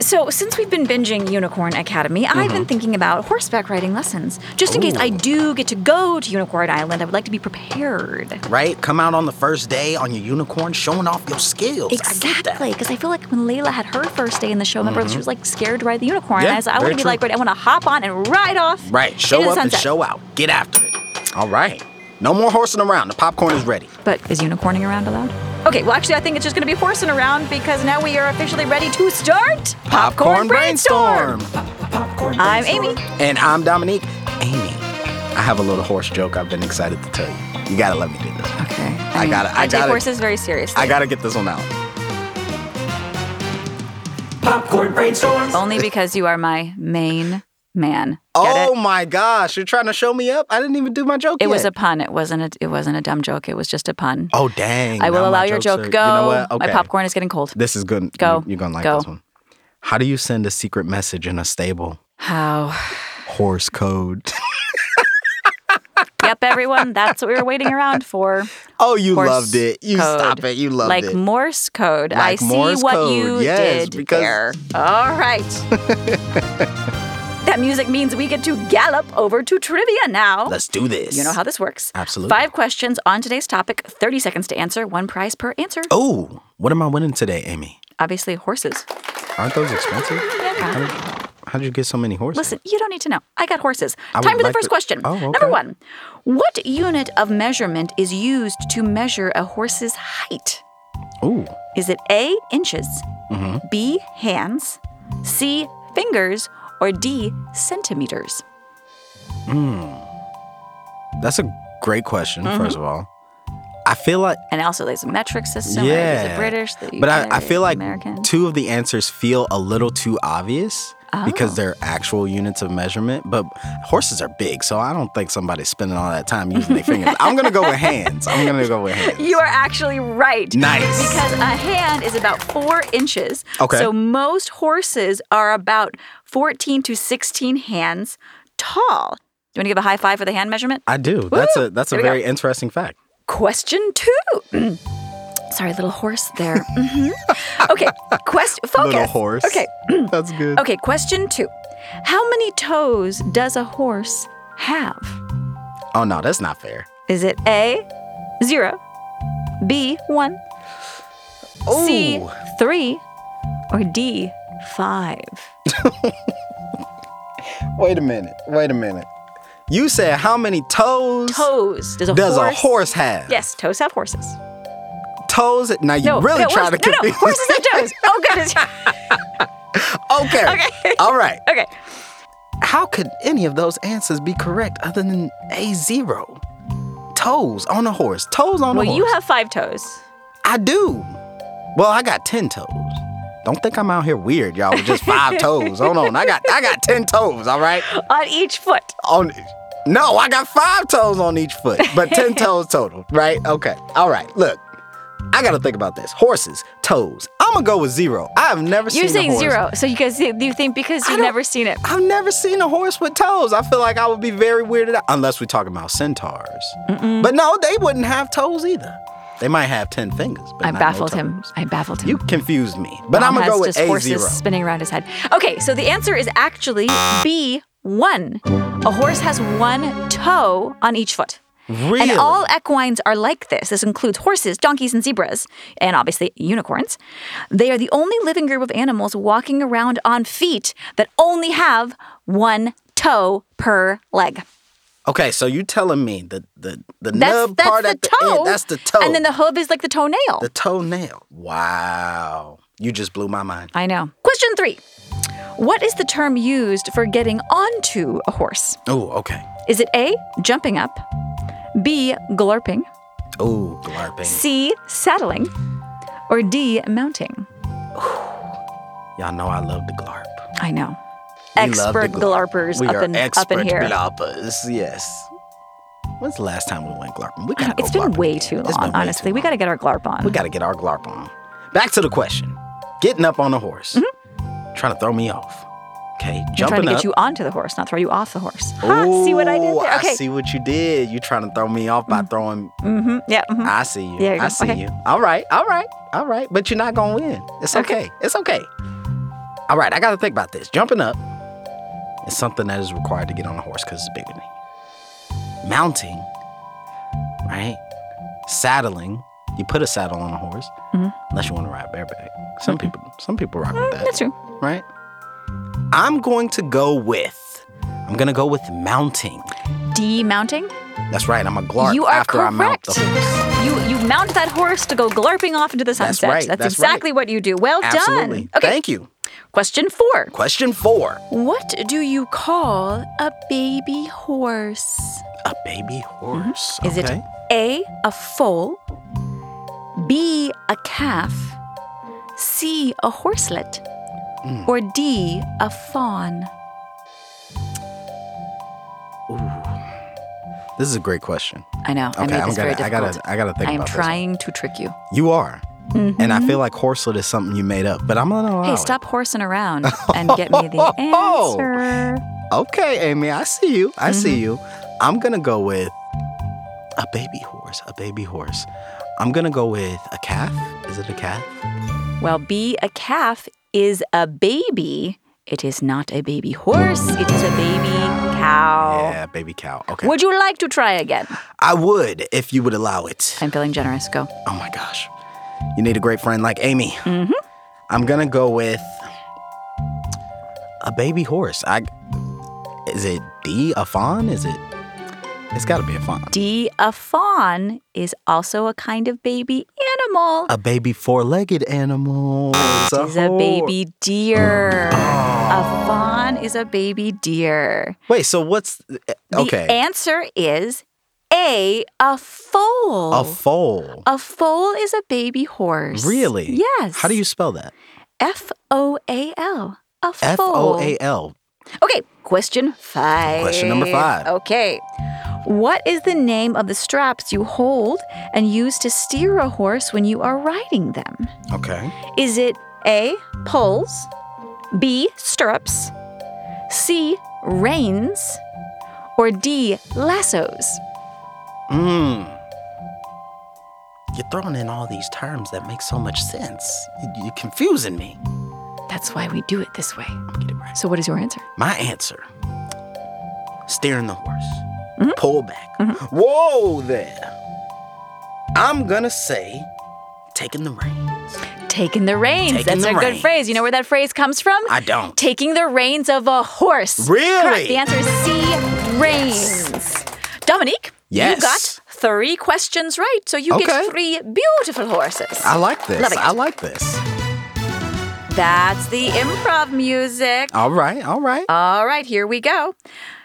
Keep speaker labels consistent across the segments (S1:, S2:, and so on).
S1: So, since we've been binging Unicorn Academy, I've been thinking about horseback riding lessons. Just in case I do get to go to Unicorn Island, I would like to be prepared.
S2: Right? Come out on the first day on your unicorn showing off your skills. I get that.
S1: Exactly, because I feel like when Layla had her first day in the show, remember she was like scared to ride the unicorn.
S2: Yeah,
S1: and I was like, I
S2: very
S1: want to be
S2: true.
S1: like, right, I want to hop on and ride off.
S2: Right.
S1: into
S2: Show
S1: the
S2: up and
S1: sunset.
S2: show out. Get after it. All right. No more horsing around. The popcorn is ready.
S1: But is unicorning around allowed? Okay, well, actually, I think it's just going to be horsing around because now we are officially ready to start
S2: Popcorn brainstorm.
S1: I'm Amy.
S2: And I'm Dominique. Amy, I have a little horse joke I've been excited to tell you. You gotta let me do this. one.
S1: Okay.
S2: I gotta- I
S1: I take
S2: gotta-
S1: horses very seriously.
S2: I gotta get this one out.
S3: Popcorn brainstorm.
S1: Only because you are my main man. Get
S2: oh
S1: it?
S2: my gosh, you're trying to show me up? I didn't even do my joke.
S1: It was a
S2: yet.
S1: pun. It wasn't a. It wasn't a dumb joke. It was just a pun.
S2: Oh dang.
S1: I will
S2: now my
S1: allow your joke
S2: jokes
S1: go.
S2: are- You know what? Okay.
S1: My popcorn is getting cold.
S2: This is good.
S1: Go.
S2: You're gonna like
S1: Go.
S2: this one. How do you send a secret message in a stable?
S1: How?
S2: Horse code.
S1: yep, everyone. That's what we were waiting around for.
S2: oh, you
S1: Horse
S2: loved it. You
S1: code.
S2: stop it. You loved
S1: like
S2: it.
S1: Morse code. I
S2: Like
S1: see
S2: Morse
S1: what
S2: code,
S1: you
S2: yes,
S1: did
S2: because-
S1: there. All right. that music means we get to gallop over to trivia now.
S2: Let's do this.
S1: you know how this works.
S2: Absolutely.
S1: Five questions on today's topic, 30 seconds to answer, one prize per answer.
S2: Oh, what am I winning today, Amy?
S1: Obviously, horses.
S2: Aren't those expensive? How did, how'd you get so many horses?
S1: Listen, you don't need to know. I got horses.
S2: I
S1: Time for
S2: would
S1: the
S2: like
S1: first
S2: to-
S1: question.
S2: Oh, okay.
S1: Number one What unit of measurement is used to measure a horse's height?
S2: Ooh,
S1: Is it A, inches,
S2: Mm-hmm.
S1: B, hands, C, fingers, or D, centimeters?
S2: that's a great question,
S1: Mm-hmm.
S2: first of all. I feel like,
S1: And also, there's a metric system. right?
S2: yeah.
S1: There's a British, the
S2: but
S1: UK,
S2: I, I feel like
S1: American.
S2: two of the answers feel a little too obvious
S1: Oh.
S2: because they're actual units of measurement. But horses are big, so I don't think somebody's spending all that time using their fingers. I'm going to go with hands. I'm going to go with hands.
S1: You are actually right.
S2: Nice.
S1: Because a hand is about four inches.
S2: Okay.
S1: So most horses are about 14 to 16 hands tall. Do you want to give a high five for the hand measurement?
S2: I do. That's a that's a
S1: Here we go.
S2: very interesting fact.
S1: Question two. Sorry, little horse there. Mhm. Okay, quest focus.
S2: Little horse.
S1: Okay,
S2: that's good.
S1: okay. Question two. How many toes does a horse have?
S2: Oh no, that's not fair.
S1: Is it A, zero, B, one, C,
S2: Ooh.
S1: three, or D, five?
S2: Wait a minute. Wait a minute. You said how many toes
S1: Toes. Does a
S2: does
S1: horse?
S2: a horse have?
S1: Yes, toes have horses.
S2: Toes. Now you
S1: No,
S2: really
S1: no,
S2: try to
S1: horse- no, no,
S2: confuse.
S1: horses have toes. Oh goodness.
S2: okay.
S1: Okay.
S2: All right.
S1: Okay.
S2: How could any of those answers be correct other than a zero? Toes on a horse. Toes on a
S1: Well,
S2: horse.
S1: you have five toes.
S2: I do. Well, I got ten toes. Don't think I'm out here weird, y'all. With just five toes. Hold on. I got I got ten toes. All right.
S1: on each foot.
S2: on no i got five toes on each foot but ten toes total right okay all right look i gotta think about this horses toes i'm gonna go with zero i've never seen
S1: You're
S2: a
S1: saying
S2: horse.
S1: zero, so you guys you think because you've
S2: don't-
S1: never seen it.
S2: i've never seen a horse with toes i feel like i would be very weirded out unless we're talking about centaurs but no they wouldn't have toes either they might have ten fingers but
S1: I
S2: not no
S1: baffled
S2: toes.
S1: him. I baffled him.
S2: you confused me but
S1: Tom
S2: i'm gonna
S1: has
S2: go with
S1: just
S2: a
S1: horses
S2: zero
S1: spinning around his head. Okay, so the answer is actually B one. A horse has one toe on each foot.
S2: really
S1: And all equines are like this. This includes horses, donkeys, and zebras, and obviously unicorns. They are the only living group of animals walking around on feet that only have one toe per leg.
S2: okay so you telling me that the the
S1: That's,
S2: nub
S1: that's
S2: part
S1: the
S2: at
S1: toe.
S2: the end that's the toe
S1: And then the hoof is like the toenail.
S2: The toenail. Wow. You just blew my mind.
S1: I know. Question three What is the term used for getting onto a horse?
S2: Oh, okay.
S1: Is it A, jumping up, B, glarping,
S2: Oh, glarping.
S1: C, saddling, or D, mounting?
S2: Y'all know I love the glarp.
S1: I know.
S2: We love the
S1: expert
S2: glarp.
S1: glarpers
S2: we
S1: up
S2: are
S1: in, up
S2: expert
S1: in here.
S2: glarpers. Yes. When's the last time we went glarping? We gotta go
S1: It's been
S2: glarping
S1: way
S2: again.
S1: too
S2: It's been
S1: long,
S2: way
S1: honestly.
S2: too
S1: We
S2: long.
S1: got to get our glarp on.
S2: we gotta get our glarp on. Back to the question. Getting up on a horse. Trying to throw me off. Okay,
S1: I'm trying
S2: jumping
S1: to Mm-hmm. get
S2: up.
S1: you onto the horse, not throw you off the horse. Ha, see what I did
S2: Ooh,
S1: there?
S2: I
S1: Okay.
S2: see what you did. You trying to throw me off by throwing
S1: hmm Yeah. mhm.
S2: I see you.
S1: There you
S2: I
S1: go.
S2: see
S1: Okay.
S2: you. All right, all right, all right. But you're not gonna win. It's okay.
S1: Okay.
S2: It's okay. All right, I got to think about this. Jumping up is something that is required to get on a horse because it's bigger than you. Mounting, right? Saddling. You put a saddle on a horse
S1: Mm-hmm.
S2: unless you want to ride bareback. Some people, some people rock with that.
S1: Mm, That's true.
S2: Right? I'm going to go with. I'm gonna go with mounting.
S1: Demounting?
S2: That's right. I'm a glarp
S1: you are
S2: after I mount
S1: correct.
S2: the horse.
S1: You you mount that horse to go glarping off into the
S2: That's
S1: sunset.
S2: right, that's right.
S1: exactly what you do. Well
S2: Absolutely.
S1: done. Okay.
S2: Thank you.
S1: Question four.
S2: Question four.
S1: What do you call a baby horse?
S2: A baby horse.
S1: Mm-hmm. Is
S2: okay.
S1: it A, a foal, B, a calf, C, a horselet,
S2: Mm.
S1: or D, a fawn?
S2: This is a great question.
S1: I know. I
S2: Okay,
S1: made
S2: I'm
S1: this very
S2: gonna- I
S1: difficult.
S2: gotta- I gotta think
S1: I am
S2: about this one.
S1: trying to trick you.
S2: You are. And I feel like horselet is something you made up, but I'm gonna allow
S1: Hey,
S2: it.
S1: stop horsing around and get me the
S2: Oh.
S1: answer.
S2: Okay, Amy, I see you. I
S1: Mm-hmm.
S2: see you. I'm gonna go with a baby horse. A baby horse. I'm gonna go with a calf. Is it a calf?
S1: Well, be a calf is a baby. It is not a baby horse. It is a baby cow.
S2: Yeah, baby cow. Okay.
S1: Would you like to try again?
S2: I would if you would allow it.
S1: I'm feeling generous. Go.
S2: Oh my gosh. You need a great friend like Amy.
S1: Mm-hmm.
S2: I'm gonna go with a baby horse. I is it D a fawn? Is it? It's gotta be a fawn.
S1: D. A fawn is also a kind of baby animal.
S2: A baby four-legged animal. It's a, Oh.
S1: Is a
S2: hor-
S1: baby deer. A fawn is a baby deer.
S2: Wait, so what's okay?
S1: The answer is A. A foal.
S2: a foal.
S1: A foal is a baby horse.
S2: Really?
S1: Yes.
S2: How do you spell that?
S1: F O A L. A foal.
S2: F O A L.
S1: Okay, question five.
S2: Question number five.
S1: Okay. What is the name of the straps you hold and use to steer a horse when you are riding them?
S2: Okay.
S1: Is it A, poles, B, stirrups, C, reins, or D, lassos?
S2: Mm. You're throwing in all these terms that make so much sense. You- You're confusing me.
S1: That's why we do it this way.
S2: Get it right.
S1: So, what is your answer?
S2: My answer steering the horse, pull back. Whoa there. I'm gonna say taking the reins.
S1: Taking the reins.
S2: Taking
S1: That's
S2: the
S1: a good
S2: reins.
S1: phrase. You know where that phrase comes from?
S2: I don't.
S1: Taking the reins of a horse.
S2: Really?
S1: Correct. The answer is C, reins. Dominique, you
S2: Yes.
S1: got three questions right, so you
S2: Okay.
S1: get three beautiful horses.
S2: I like this.
S1: Love it.
S2: I like this.
S1: That's the improv music.
S2: All right, all right.
S1: All right, here we go.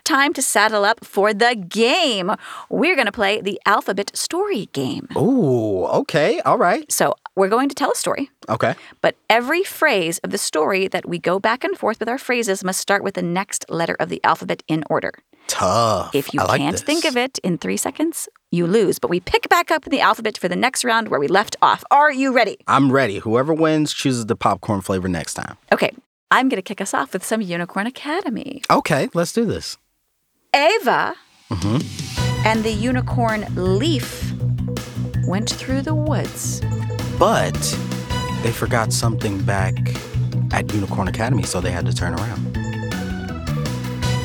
S1: Time to saddle up for the game. We're going to play the alphabet story game.
S2: Uh, Ooh, okay, all right.
S1: So, we're going to tell a story.
S2: Okay.
S1: But every phrase of the story that we go back and forth with our phrases must start with the next letter of the alphabet in order.
S2: Tough.
S1: If you
S2: I like
S1: can't
S2: this.
S1: think of it in three seconds, you lose. But we pick back up in the alphabet for the next round where we left off. Are you ready?
S2: I'm ready. Whoever wins chooses the popcorn flavor next time.
S1: Okay, I'm going to kick us off with some Unicorn Academy.
S2: Okay, let's do this.
S1: Ava
S2: Mm-hmm.
S1: and the unicorn Leaf went through the woods.
S2: But they forgot something back at Unicorn Academy, so they had to turn around.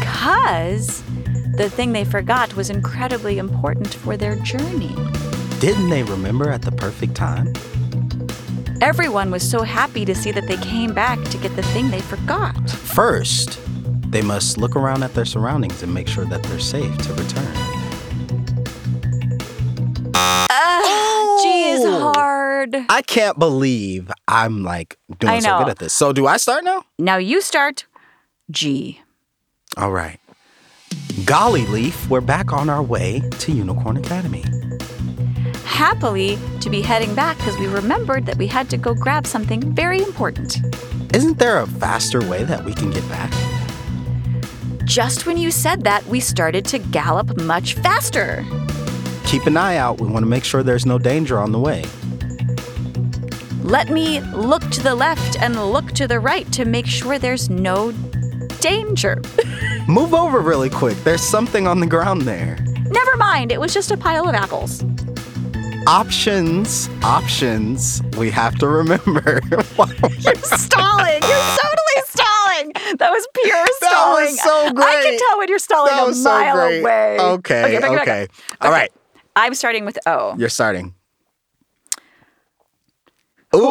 S1: Because the thing they forgot was incredibly important for their journey.
S2: Didn't they remember at the perfect time?
S1: Everyone was so happy to see that they came back to get the thing they forgot.
S2: First, they must look around at their surroundings and make sure that they're safe to return.
S1: G is
S2: Oh!
S1: hard.
S2: I can't believe I'm like
S1: I
S2: doing so
S1: know.
S2: good at this. So, do I start now?
S1: Now you start G.
S2: All right. Golly Leaf, we're back on our way to Unicorn Academy.
S1: Happily to be heading back because we remembered that we had to go grab something very important.
S2: Isn't there a faster way that we can get back?
S1: Just when you said that, we started to gallop much faster.
S2: Keep an eye out. We want to make sure there's no danger on the way.
S1: Let me look to the left and look to the right to make sure there's no danger.
S2: Move over really quick. There's something on the ground there.
S1: Never mind, it was just a pile of apples.
S2: Options, options. We have to remember.
S1: You're stalling. You're totally and you're stalling
S2: That
S1: a
S2: was so
S1: mile
S2: great.
S1: away.
S2: Okay,
S1: back it back
S2: okay.
S1: up.
S2: All right.
S1: I'm starting with O.
S2: You're starting.
S1: Can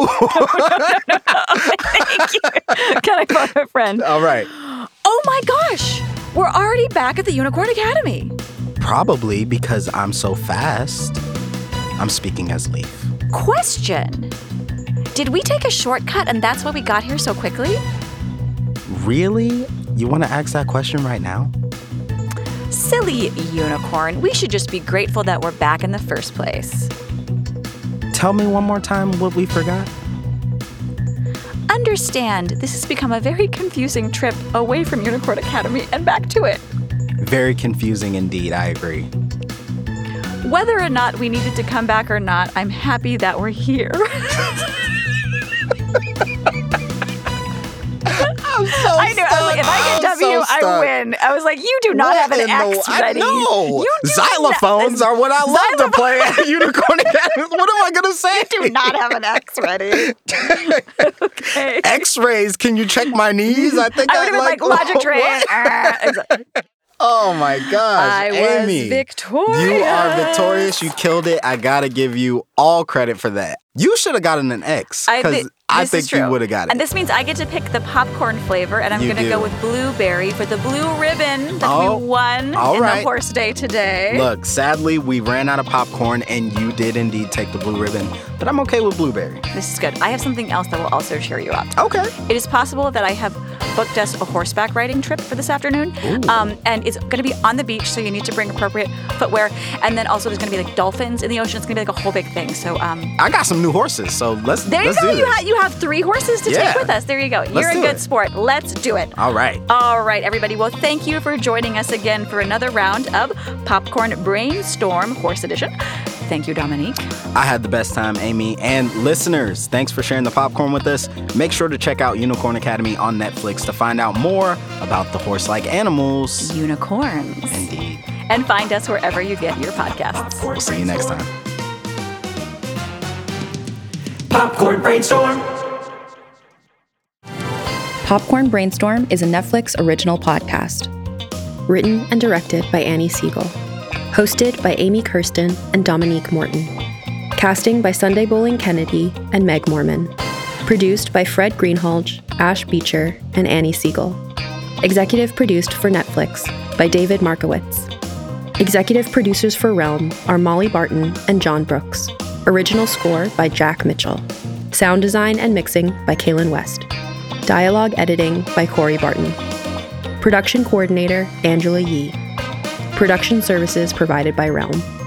S1: I call a friend?
S2: All right.
S1: Oh my gosh! We're already back at the Unicorn Academy.
S2: Probably because I'm so fast. I'm speaking as Leaf.
S1: Question Did we take a shortcut and that's why we got here so quickly?
S2: Really? You want to ask that question right now?
S1: Silly unicorn, we should just be grateful that we're back in the first place.
S2: Tell me one more time what we forgot.
S1: Understand, this has become a very confusing trip away from Unicorn Academy and back to it.
S2: Very confusing indeed, I agree.
S1: Whether or not we needed to come back or not, I'm happy that we're here.
S2: I'm so
S1: I knew. I was like, if I get W, I win. I was like, you do not have an X ready.
S2: No,
S1: You do
S2: xylophones
S1: not,
S2: are what I love to play at Unicorn Academy. What am I gonna say?
S1: do not have an X ready. okay.
S2: X-rays. Can you check my knees? I think
S1: I would have been like, logic train.
S2: what?
S1: Ah, exactly.
S2: Oh my gosh,
S1: I was
S2: Amy.
S1: victorious.
S2: You are victorious. You killed it. I gotta give you all credit for that. You should have gotten an X
S1: I,
S2: because
S1: thi-
S2: I
S1: this is
S2: think you
S1: true.
S2: would have got it.
S1: And this means I get to pick the popcorn flavor, and I'm
S2: You
S1: going to
S2: do.
S1: go with blueberry for the blue ribbon that
S2: Oh,
S1: we won
S2: all
S1: in the
S2: right.
S1: horse day today.
S2: Look, sadly, we ran out of popcorn, and you did indeed take the blue ribbon. But I'm okay with blueberry.
S1: This is good. I have something else that will also cheer you up.
S2: Okay.
S1: It is possible that I have booked us a horseback riding trip for this afternoon. Um, and it's going to be on the beach, so you need to bring appropriate footwear. And then also, there's going to be like dolphins in the ocean. It's going to be like a whole big thing. So um,
S2: I got some new horses, so let's
S1: there
S2: let's
S1: you go.
S2: do
S1: You,
S2: this.
S1: ha- you have three horses to
S2: Yeah.
S1: take with us. There you go. You're a
S2: do
S1: good
S2: it.
S1: sport. Let's do it.
S2: all right.
S1: All right, everybody. Well, thank you for joining us again for another round of Popcorn Brainstorm Horse Edition. Thank you, Dominique.
S2: I had the best time, Amy. And listeners, thanks for sharing the popcorn with us. Make sure to check out Unicorn Academy on Netflix to find out more about the horse like animals.
S1: Unicorns.
S2: Indeed.
S1: And find us wherever you get your podcasts.
S2: We'll see you next time.
S3: Popcorn brainstorm.
S4: Popcorn Brainstorm is a Netflix original podcast.
S5: written and directed by Annie Siegel. Hosted by Amy Kirsten and Dominique Morton. Casting by Sunday Bowling Kennedy and Meg Mormon. Produced by Fred Greenhalgh, Ash Beecher, and Annie Siegel. Executive produced for Netflix by David Markowitz. Executive producers for Realm are Molly Barton and John Brooks. Original score by Jack Mitchell. Sound design and mixing by Kaylin West. Dialogue editing by Corey Barton. Production coordinator Angela Yee. Production services provided by Realm.